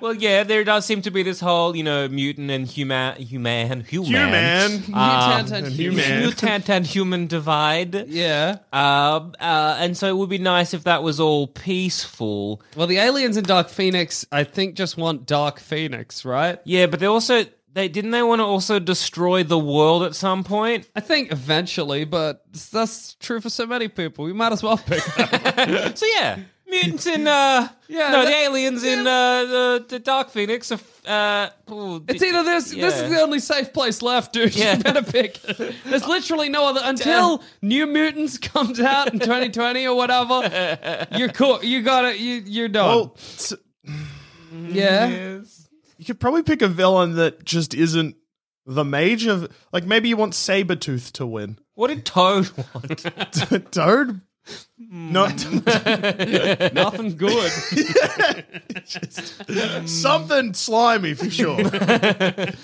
S4: well, yeah, there does seem to be this whole, you know, mutant and human, human, human,
S3: Human.
S2: Mutant
S4: Um,
S2: and
S3: human.
S4: mutant and human divide.
S2: Yeah.
S4: Um, uh, and so it would be nice if that was all peaceful.
S2: Well, the aliens in Dark Phoenix, I think, just want Dark Phoenix, right?
S4: Yeah, but they also they didn't they want to also destroy the world at some point.
S2: I think eventually, but that's true for so many people. We might as well pick that.
S4: So yeah, mutants in uh
S2: Yeah,
S4: no
S2: that-
S4: the aliens in uh the, the Dark Phoenix. Are, f- uh, oh,
S2: It's either this. This is
S4: Yeah.
S2: the only safe place left, dude.
S4: Yeah.
S2: You better pick. There's literally no other until New Mutants comes out in 2020 or whatever. You're cool. You got it. You you're done.
S3: well, s-
S2: yeah.
S4: Yes.
S3: you could probably pick a villain that just isn't the mage of. Like, maybe you want Sabretooth to win.
S4: What did Toad want?
S3: Toad?
S4: Hmm.
S3: Not
S2: Nothing good.
S3: something slimy for sure.
S4: okay,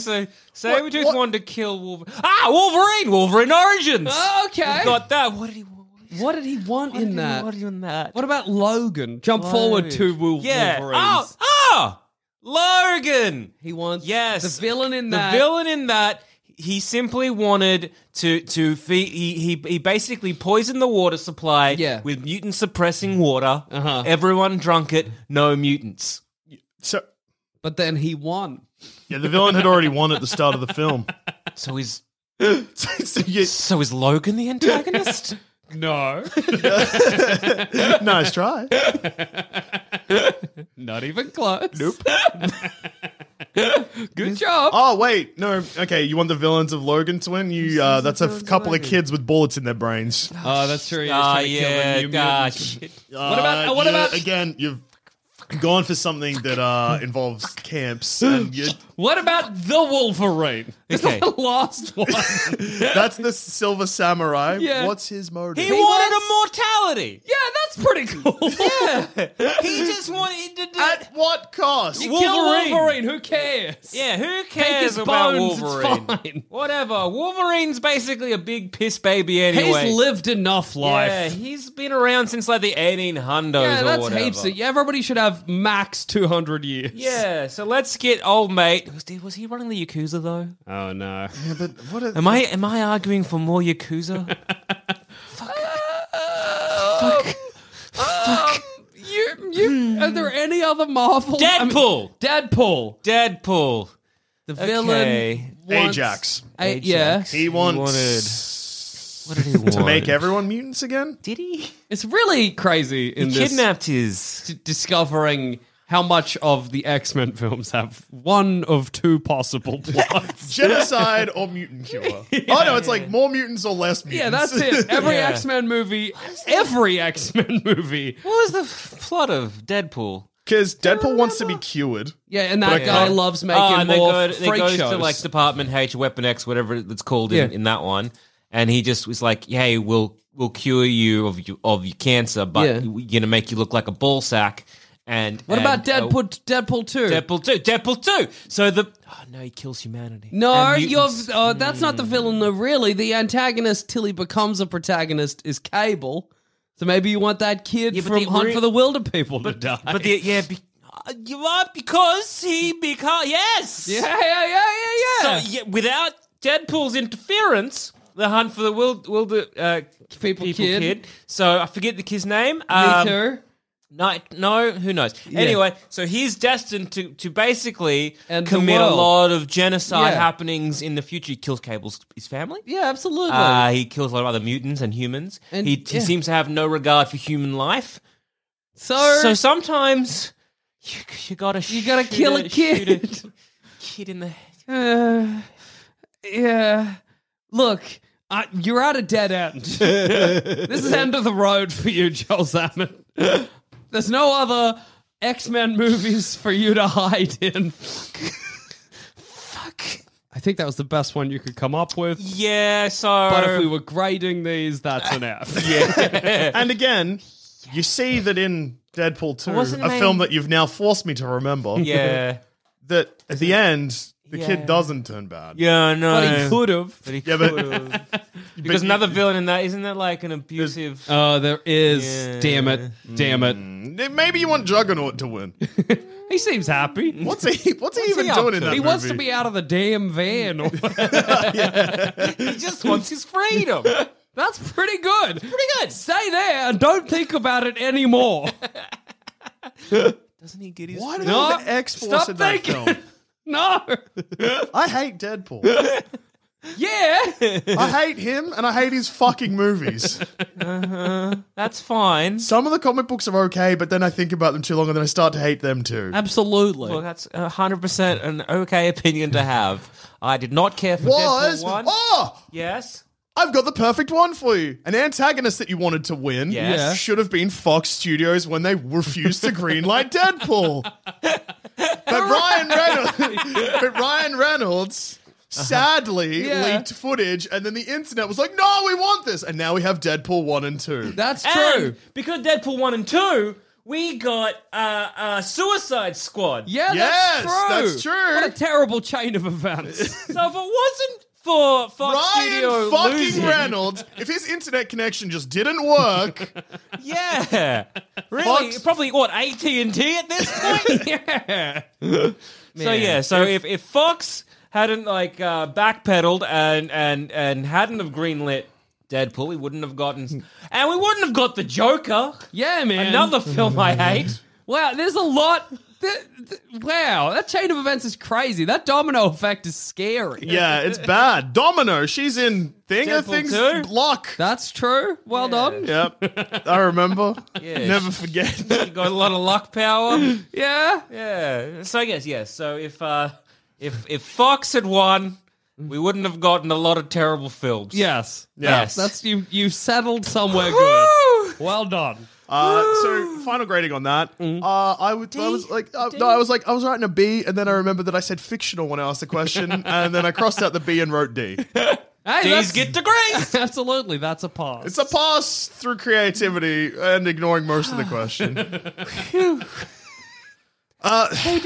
S4: so
S3: What-
S4: Sabretooth
S3: what-
S4: wanted to kill Wolverine. Ah, Wolverine! Wolverine Origins!
S2: Oh, okay.
S4: Got that. What did he want?
S2: What did he want
S4: What did
S2: in
S4: he-
S2: that?
S4: What did he want in that?
S2: What about Logan? Jump forward to Wolverines.
S4: Yeah. Oh, oh! Logan!
S2: He wants
S4: Yes.
S2: the villain in
S4: the
S2: that.
S4: villain in that he simply wanted to to feed, he, he he basically poisoned the water supply
S2: Yeah.
S4: with mutant suppressing water.
S2: Uh-huh.
S4: Everyone drunk it, no mutants.
S3: So,
S2: But then he won.
S3: yeah, the villain had already won at the start of the film.
S4: So is
S3: so, so you-
S4: so is Logan the antagonist?
S2: No,
S3: nice try.
S2: not even close. Nope. Good job.
S3: Oh wait, no. Okay, you want the villains of Logan to win? You uh, that's a f- couple of kids with bullets in their brains. Uh,
S2: Oh, that's true. He was
S4: Ah,
S2: trying to kill the
S4: yeah,
S2: new
S4: gosh.
S2: mutants.
S4: Shit.
S3: what
S2: about- what about-
S3: again? You've gone for something that uh, involves camps. And you,
S2: What about the Wolverine? It's
S4: Okay.
S2: the last one.
S3: that's the Silver Samurai.
S2: Yeah.
S3: What's his motive?
S4: He, wanted a mortality.
S2: yeah, that's pretty cool.
S4: He just wanted to do.
S3: At what cost?
S2: Kill Wolverine.
S4: Wolverine.
S2: Who cares?
S4: yeah, who
S2: Take
S4: cares
S2: his
S4: about
S2: bones,
S4: Wolverine?
S2: It's fine.
S4: Whatever. Wolverine's basically a big piss baby anyway.
S2: He's lived enough life.
S4: Yeah, he's been around since like the 1800s
S2: Yeah,
S4: or
S2: that's
S4: whatever.
S2: heaps. Of, yeah, everybody should have max 200 years.
S4: Yeah, so let's get old mate. Was, was he running the yakuza though?
S2: Oh, no.
S3: But what a,
S4: Am I am I arguing for more yakuza?
S2: You, you, are there any other Marvel? I mean,
S4: Deadpool.
S2: Deadpool.
S4: Deadpool.
S2: The
S4: Okay.
S2: villain. wants-
S3: Ajax.
S2: A- yeah.
S3: He wants
S4: What did he want?
S3: to make everyone mutants again?
S4: Did he?
S2: It's really crazy in
S4: He
S2: this
S4: kidnapped his.
S2: d- discovering how much of the X Men films have one of two possible plots.
S3: Genocide or mutant cure? Oh no, it's like more mutants or less mutants.
S2: yeah, that's it. Every
S4: Yeah.
S2: X Men movie, every X Men movie.
S4: What was the f- plot of Deadpool?
S3: Because Deadpool wants to be cured.
S2: Yeah, and that
S3: I
S2: guy
S3: can't-
S2: loves making
S4: oh, and they
S2: more
S4: go,
S2: freak
S4: they go
S2: shows.
S4: to like Department H, Weapon X, whatever it's called in,
S2: Yeah.
S4: in that one, and he just was like, "Hey, we'll we'll cure you of you, of your cancer, but
S2: Yeah.
S4: we're gonna make you look like a ball sack." And
S2: what about
S4: and, uh,
S2: Deadpool? Deadpool two.
S4: Deadpool two, Deadpool two. So the oh no, he kills humanity.
S2: No,
S4: And
S2: you're,
S4: mutants. Hmm.
S2: uh, that's not the villain, though, really. The antagonist, till he becomes a protagonist, is Cable. So maybe you want that kid
S4: Yeah, but
S2: from
S4: the
S2: Hunt
S4: re-
S2: for the Wilder People to die.
S4: but the, yeah, be, uh, you are because he become yes,
S2: yeah, yeah, yeah, yeah, yeah.
S4: So yeah, without Deadpool's interference, the hunt for the wild, wilder uh,
S2: People
S4: people,
S2: Kid.
S4: kid. So I forget the kid's name. Um,
S2: Me too.
S4: Night, no, who knows? Anyway, so he's destined to to basically
S2: End the
S4: commit a
S2: world.
S4: lot of genocide
S2: Yeah.
S4: happenings in the future. He kills Cable's his family.
S2: Yeah, absolutely.
S4: Uh, he kills a lot of other mutants and humans.
S2: And-
S4: he, he
S2: yeah.
S4: seems to have no regard for human life.
S2: so,
S4: So sometimes you, you gotta
S2: you gotta kill a kid.
S4: kid in the head.
S2: Uh, yeah. Look, I, you're at a dead end. this is end of the road for you, Joel Zaman. There's no other X Men movies for you to hide in. Fuck. I think that was the best one you could come up with.
S4: Yeah, so
S2: But if we were grading these, that's an F.
S3: And again, you see that in Deadpool 2,
S4: Wasn't
S3: a
S4: my-
S3: film that you've now forced me to remember,
S4: yeah,
S3: that at the end, the
S4: Yeah.
S3: kid doesn't turn bad.
S4: yeah, no,
S2: But he could have.
S4: But he
S3: Yeah, but-
S4: could've.
S3: But
S4: because
S3: you-
S4: another villain in that isn't that like an abusive?
S2: Oh, there is.
S4: Yeah.
S2: Damn it. Damn it.
S3: Mm, Maybe you want Juggernaut to win.
S2: He seems happy.
S3: What's he? What's he even
S4: he up
S3: doing
S4: to?
S3: in that
S2: He
S3: movie?
S2: wants to be out of the damn van. Or
S4: he just wants his freedom.
S2: That's pretty good.
S4: Pretty good.
S2: Stay there and don't think about it anymore.
S4: Doesn't he get his?
S3: Why do
S2: No,
S3: they have the X Force
S2: stop
S3: in that
S2: thinking.
S3: film?
S2: no.
S3: I hate Deadpool.
S2: Yeah.
S3: I hate him, and I hate his fucking movies.
S4: That's fine.
S3: Some of the comic books are okay, but then I think about them too long, and then I start to hate them too.
S2: Absolutely.
S4: Well, that's hundred percent an okay opinion to have. I did not care for
S3: Was
S4: Deadpool one.
S3: oh,
S4: Yes.
S3: I've got the perfect one for you. An antagonist that you wanted to win
S4: Yes. Yeah.
S3: should have been Fox Studios when they refused to greenlight Deadpool. But Ryan Reynolds, but Ryan Reynolds
S4: Uh-huh.
S3: sadly
S2: Yeah.
S3: leaked footage, and then the internet was like, "No, we want this," and now we have Deadpool one and two.
S2: That's true.
S4: And because Deadpool one and two, we got uh, uh, Suicide Squad.
S2: Yeah,
S3: Yes,
S2: that's true.
S3: that's true.
S2: What a terrible chain of events.
S4: So if it wasn't for Fox Studio
S3: Ryan fucking
S4: losing,
S3: Reynolds, if his internet connection just didn't work,
S4: yeah, really,
S3: Fox-
S4: probably what AT and T at this point.
S2: yeah.
S4: So yeah, so if, if Fox hadn't like uh, backpedaled and and and hadn't have greenlit Deadpool, we wouldn't have gotten, and we wouldn't have got the Joker,
S2: Yeah, man.
S4: another film I hate.
S2: Wow, there's a lot. th- th- wow, that chain of events is crazy. That domino effect is scary.
S3: yeah, it's bad. Domino, she's in thing of
S4: Deadpool
S3: things
S4: two?
S3: block.
S2: That's true. Well done.
S3: Yep, I remember.
S4: Yeah.
S3: Never forget.
S4: You got a lot of luck power.
S2: Yeah.
S4: Yeah. So I guess yes. So if uh, if if Fox had won, we wouldn't have gotten a lot of terrible films.
S2: Yes.
S3: Yeah.
S2: That's you. You settled somewhere good. Well done.
S3: Uh, so final grading on that.
S2: Mm.
S3: Uh, I would. I was like, uh, no, I was like, I was writing a B, and then I remembered that I said fictional when I asked the question, and then I crossed out the B and wrote D.
S2: Hey,
S4: D's
S2: that's,
S4: get degrees.
S2: absolutely, that's a pass.
S3: It's a pass through creativity and ignoring most of the question. Uh,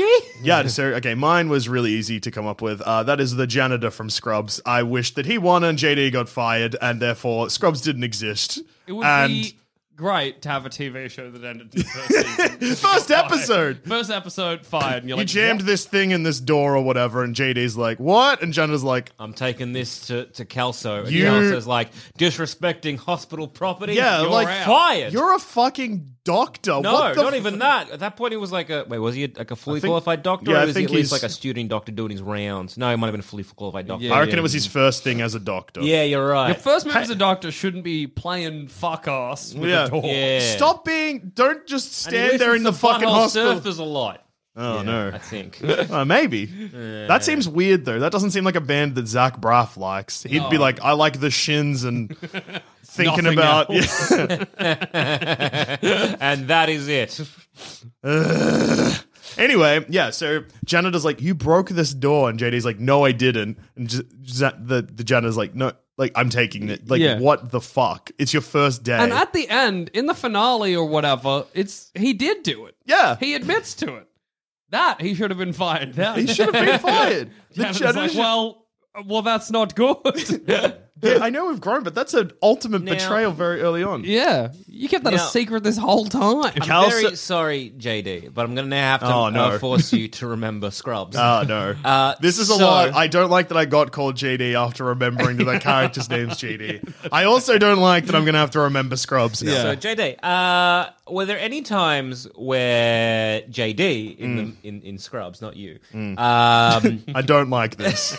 S3: Yeah, so okay, mine was really easy to come up with. Uh, that is the janitor from Scrubs. I wish that he won and JD got fired, and therefore Scrubs didn't exist.
S2: It would
S3: and
S2: be great to have a TV show that ended in the first season.
S3: first episode.
S2: First episode, fired. And you're
S3: You
S2: like,
S3: jammed
S2: what?
S3: this thing in this door or whatever, and JD's like, "What?" And Janitor's like, "Uh,
S4: I'm taking this to, to Kelso. And
S3: You-
S4: Kelso's like, disrespecting hospital property.
S3: "Yeah,
S4: you're
S3: like
S2: out.
S4: fired.
S3: You're a fucking doctor.
S4: no,
S3: what the
S4: not
S3: f-
S4: even that. At that point, he was like a wait. Was he like a fully
S3: think-
S4: qualified doctor?
S3: yeah,
S4: or
S3: I
S4: was
S3: think
S4: he at least
S3: he's-
S4: like a student doctor doing his rounds? No, he might have been a fully qualified doctor.
S3: I reckon it was his first thing as a doctor.
S4: Yeah, you're
S2: Your
S4: right.
S2: first move as a doctor shouldn't be playing fuck ass with
S3: Yeah.
S2: a door.
S4: yeah.
S3: Stop being. Don't just
S4: And he
S3: stand there in the
S4: listens to
S3: fucking
S4: Butthole
S3: hospital.
S4: Surfers a lot.
S3: Oh
S4: I
S3: no.
S4: think.
S3: Uh, maybe. That seems weird though. That doesn't seem like a band that Zach Braff likes. He'd be like, I like the shins and thinking
S2: Nothing
S3: about Yeah.
S4: and that is it.
S3: Anyway, yeah, so janitor's like, You broke this door and JD's like, No, I didn't. And j- Z- the, the janitor's like, No, like I'm taking it. Like,
S2: Yeah.
S3: what the fuck? It's your first day.
S2: And at the end, in the finale or whatever, it's he did do it.
S3: yeah. He,
S2: He admits to it. That he should have been fired. That
S3: should have been fired. The
S2: Janet's
S3: janitor
S2: like,
S3: should-
S2: well, uh, well, that's not good.
S3: Yeah, I know we've grown, but that's an ultimate
S4: Now-
S3: betrayal very early on.
S2: yeah, you kept that
S4: Now-
S2: a secret this whole time.
S3: Cal
S4: Very
S3: sa-
S4: sorry, JD, but I'm going to now have to
S3: Oh, no.
S4: uh, force you to remember Scrubs.
S3: Oh no.
S4: Uh,
S3: This is a
S4: so-
S3: lot. I don't like that I got called GD after remembering that the character's name's GD. I also don't like that I'm going to have to remember Scrubs now.
S4: So JD, uh, were there any times where JD in the, in, in Scrubs, not you, um,
S3: I don't like this.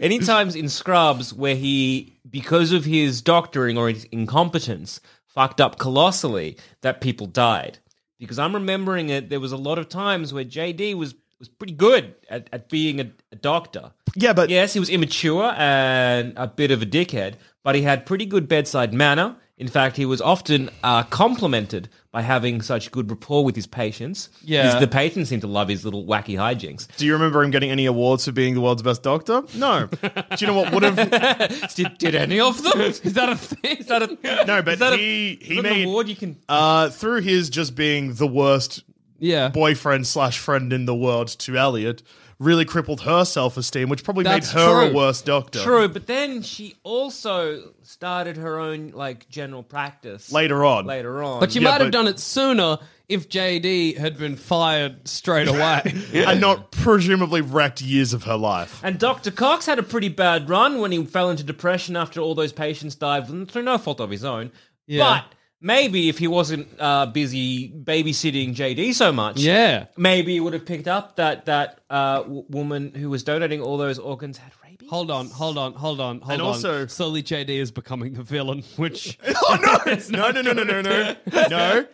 S4: any times in Scrubs where he, because of his doctoring or his incompetence, fucked up colossally that people died? Because I'm remembering it, there was a lot of times where JD was was pretty good at, at being a, a doctor.
S3: Yeah, but
S4: Yes, he was immature and a bit of a dickhead, but he had pretty good bedside manner. In fact, he was often uh, complimented by having such good rapport with his patients.
S2: Yeah.
S4: His- the patients seemed to love his little wacky hijinks.
S3: do you remember him getting any awards for being the world's best doctor? No. do you know what would have?
S4: Did, did any of them? Is that a thing? Is that a
S3: No, but
S4: is that a-
S3: he- he
S4: is that
S3: made-
S4: an award you can.
S3: Uh, through his just being the worst
S2: yeah,
S3: boyfriend slash friend in the world to Elliot, really crippled her self esteem, which probably
S2: That's
S3: made her a
S2: true.
S3: worse doctor.
S4: True, but then she also started her own like general practice
S3: Later on.
S4: Later on,
S2: but you
S3: Yeah,
S2: might
S3: but-
S2: have done it sooner if JD had been fired straight away.
S3: And not presumably wrecked years of her life.
S4: And Dr. Cox had a pretty bad run when he fell into depression after all those patients died through no fault of his own. But maybe if he wasn't uh, busy babysitting JD so much,
S2: yeah,
S4: maybe he would have picked up that that uh, w- woman who was donating all those organs had rabies.
S2: hold on, hold on, hold on, hold
S3: And
S2: on.
S3: also-
S2: slowly JD is becoming the villain, which
S3: Oh no! No, no, no, no, no, no, no,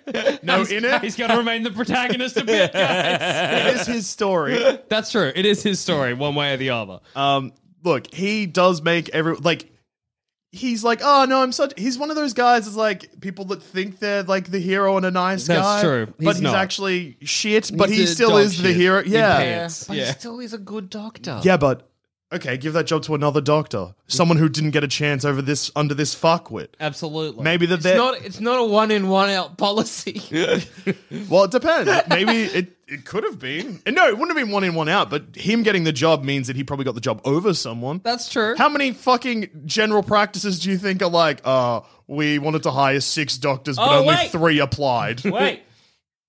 S3: no! In it,
S2: he's going to remain the protagonist a bit.
S3: it is his story.
S2: That's true. It is his story, one way or the other.
S3: Um, look, he does make every like. He's like, oh no, I'm such. He's one of those guys. Is like people that think they're like the hero and a nice
S2: That's
S3: guy.
S2: true.
S3: but
S2: He's
S3: he's
S2: not.
S3: actually shit. But
S2: He's
S3: he
S2: a
S3: still
S2: dog
S3: is the
S2: shit
S3: hero.
S2: in
S3: Yeah,
S2: pants.
S4: But
S2: Yeah.
S4: he still is a good doctor.
S3: yeah, but okay, give that job to another doctor, someone who didn't get a chance over this under this fuckwit.
S2: Absolutely.
S3: Maybe that
S4: It's
S3: they're
S4: not, it's not a one in one out policy.
S3: Well, it depends. Maybe it, it could have been. And no, it wouldn't have been one in, one out, but him getting the job means that he probably got the job over someone.
S2: That's true.
S3: How many fucking general practices do you think are like, uh, we wanted to hire six doctors, but
S4: Oh,
S3: only
S4: wait.
S3: three applied?
S4: Wait,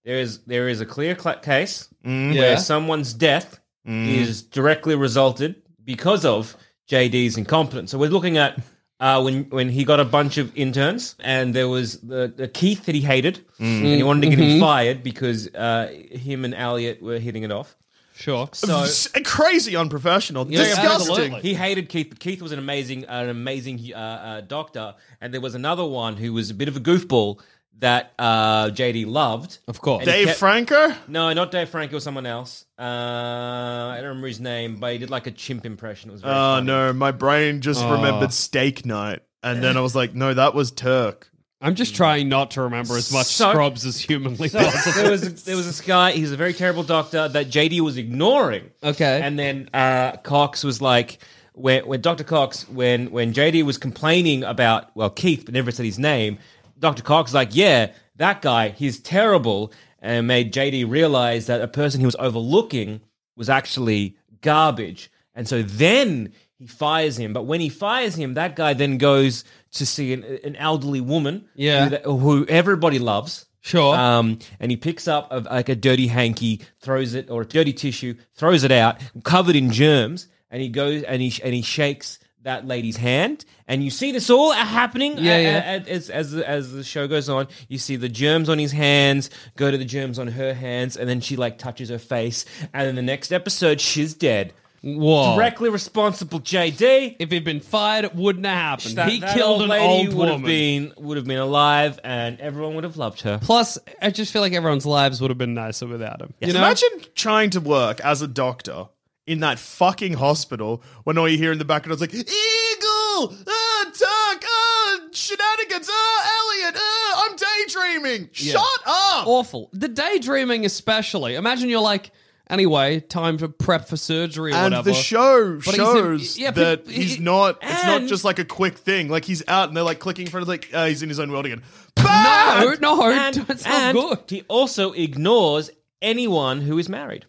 S4: there is there is a clear cla case
S2: Yeah. Mm.
S4: where someone's death is directly resulted because of JD's incompetence. So we're looking at uh, when when he got a bunch of interns, and there was the, the Keith that he hated,
S2: Mm.
S4: and he wanted to get him fired because uh, him and Elliot were hitting it off.
S2: Sure.
S4: So
S3: Crazy unprofessional. Disgusting.
S2: absolutely.
S4: he hated Keith, but Keith was an amazing, an amazing uh, uh, doctor, and there was another one who was a bit of a goofball that uh, JD loved.
S2: Of course.
S4: And he
S3: Dave
S4: kept-
S3: Franco?
S4: No, not Dave Frank. It was someone else. Uh, I don't remember his name, but he did like a chimp impression. It was very
S3: Oh,
S4: funny.
S3: no. My brain just remembered steak night. And then I was like, no, that was Turk.
S2: I'm just trying not to remember as much
S4: So-
S2: Scrubs as humanly
S4: So
S2: possible.
S4: there was a, there was this guy. He's a very terrible doctor that JD was ignoring.
S2: Okay.
S4: and then uh, Cox was like, when when Doctor Cox when when JD was complaining about well Keith but never said his name. Doctor Cox was like, yeah, that guy, he's terrible, and made JD realize that a person he was overlooking was actually garbage, and so then. He fires him, but when he fires him, that guy then goes to see an, an elderly woman,
S2: Yeah.
S4: who, that- who everybody loves,
S2: Sure.
S4: um, and he picks up a, like a dirty hanky, throws it or a dirty tissue, throws it out, covered in germs, and he goes and he and he shakes that lady's hand, and you see this all happening.
S2: Yeah,
S4: a- a-
S2: yeah.
S4: a- as as the- as the show goes on, you see the germs on his hands go to the germs on her hands, and then she like touches her face, and in the next episode, she's dead.
S2: Whoa.
S4: Directly responsible, JD.
S2: If he'd been fired, it wouldn't have happened.
S4: That-
S2: he
S4: that
S2: killed an
S4: lady
S2: old
S4: would
S2: woman.
S4: Have been, would have been alive, and everyone would have loved her.
S2: Plus, I just feel like everyone's lives would have been nicer without him. You know?
S3: Imagine trying to work as a doctor in that fucking hospital when all you hear in the background is like, Eagle! Uh, Tuck! Uh, shenanigans! Uh, Elliot! Uh, I'm daydreaming! Shut up!
S2: Awful. The daydreaming, especially. Imagine you're like, anyway, time to prep for surgery or
S3: and
S2: whatever.
S3: the show
S2: he's
S3: shows
S2: in- yeah,
S3: that
S2: but-
S3: he's not. It's not
S4: and-
S3: just like a quick thing. Like he's out and they're like clicking in front of like uh, he's in his own world again.
S2: no,
S3: Bad!
S2: no,
S4: and,
S2: it's not
S4: and
S2: good.
S4: he also ignores anyone who is married.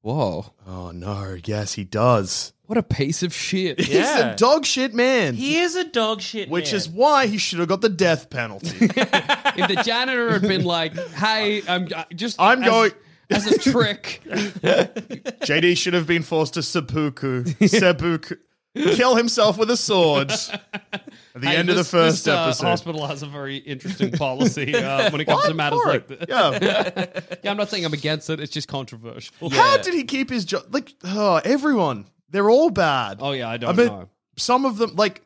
S2: Whoa.
S3: Oh no! Yes, he does.
S2: What a piece of shit.
S3: He's a dog shit man.
S4: He is a dog shit.
S3: which
S4: man.
S3: is why he should have got the death penalty.
S2: if the janitor had been like, "Hey, I'm I- just
S3: I'm
S2: as-
S3: going-
S2: as a trick,"
S3: JD should have been forced to seppuku, seppuku, kill himself with a sword. At the
S2: Hey,
S3: end of the
S2: this-
S3: first
S2: this, uh,
S3: episode.
S2: hospital has a very interesting policy uh, when it comes to
S3: I'm
S2: matters
S3: for
S2: like
S3: it.
S2: this.
S3: yeah.
S2: Yeah, I'm not saying I'm against it. It's just controversial.
S3: How did he keep his job? Like, oh, everyone, they're all bad.
S2: Oh yeah, I don't know.
S3: Some of them, like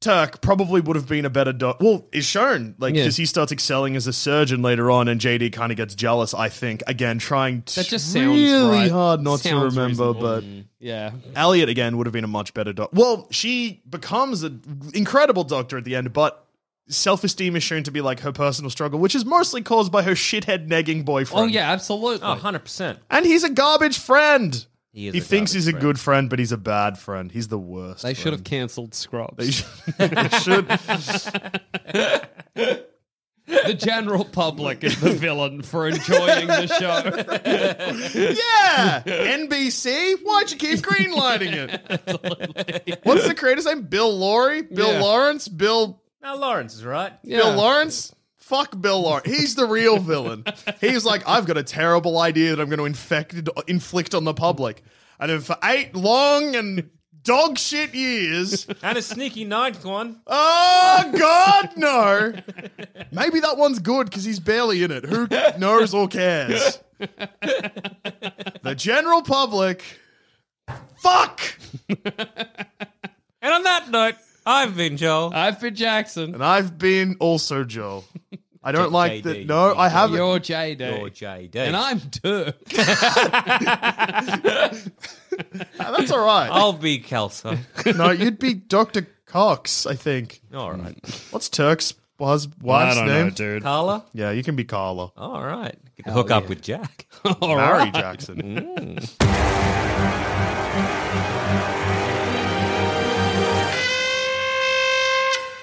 S3: Turk, probably would have been a better doc. Well, is shown like
S2: Yeah.
S3: because he starts excelling as a surgeon later on, and JD kind of gets jealous. I think again, trying to
S2: That just sounds
S3: really
S2: right.
S3: hard not
S2: Sounds
S3: to remember,
S2: reasonable. Mm,
S3: but
S2: Yeah,
S3: Elliot again would have been a much better doctor. Well, she becomes an incredible doctor at the end, but self esteem is shown to be like her personal struggle, which is mostly caused by her shithead negging boyfriend.
S2: Oh yeah, absolutely.
S4: oh, 100 percent.
S3: And he's a garbage friend.
S4: He is a
S3: thinks
S4: garbage
S3: he's a
S4: friend.
S3: good friend, but he's a bad friend. He's the worst.
S2: they should have
S3: friend.
S2: cancelled Scrubs.
S3: They should.
S2: the general public is the villain for enjoying the show.
S3: yeah! NBC? Why'd you keep greenlighting it? What's the creator's name? Bill Laurie? Bill
S2: Yeah.
S3: Lawrence? Bill
S4: Now Lawrence is right.
S2: Yeah.
S3: Bill Lawrence? Fuck Bill Lawrence. He's the real villain. He's like, I've got a terrible idea that I'm going to infect, inflict on the public. And then for eight long and dog shit years,
S4: And a sneaky ninth one.
S3: oh God, no. Maybe that one's good because he's barely in it. Who knows or cares? The general public. Fuck!
S4: And on that note, I've been Joel.
S2: I've been Jackson.
S3: And I've been also Joel. I don't like
S4: JD.
S3: that. No, I haven't.
S2: You're JD.
S4: Or JD.
S2: and I'm Dirk.
S3: Ah, That's all right.
S4: I'll be Kelso.
S3: No, you'd be Dr. Cox, I think.
S4: All right,
S3: What's Turk's was wife's name?
S2: dude.
S4: Carla.
S3: Yeah, you can be Carla.
S4: All right, get the hook up with Jack.
S2: All
S3: Barry
S2: right.
S3: Jackson.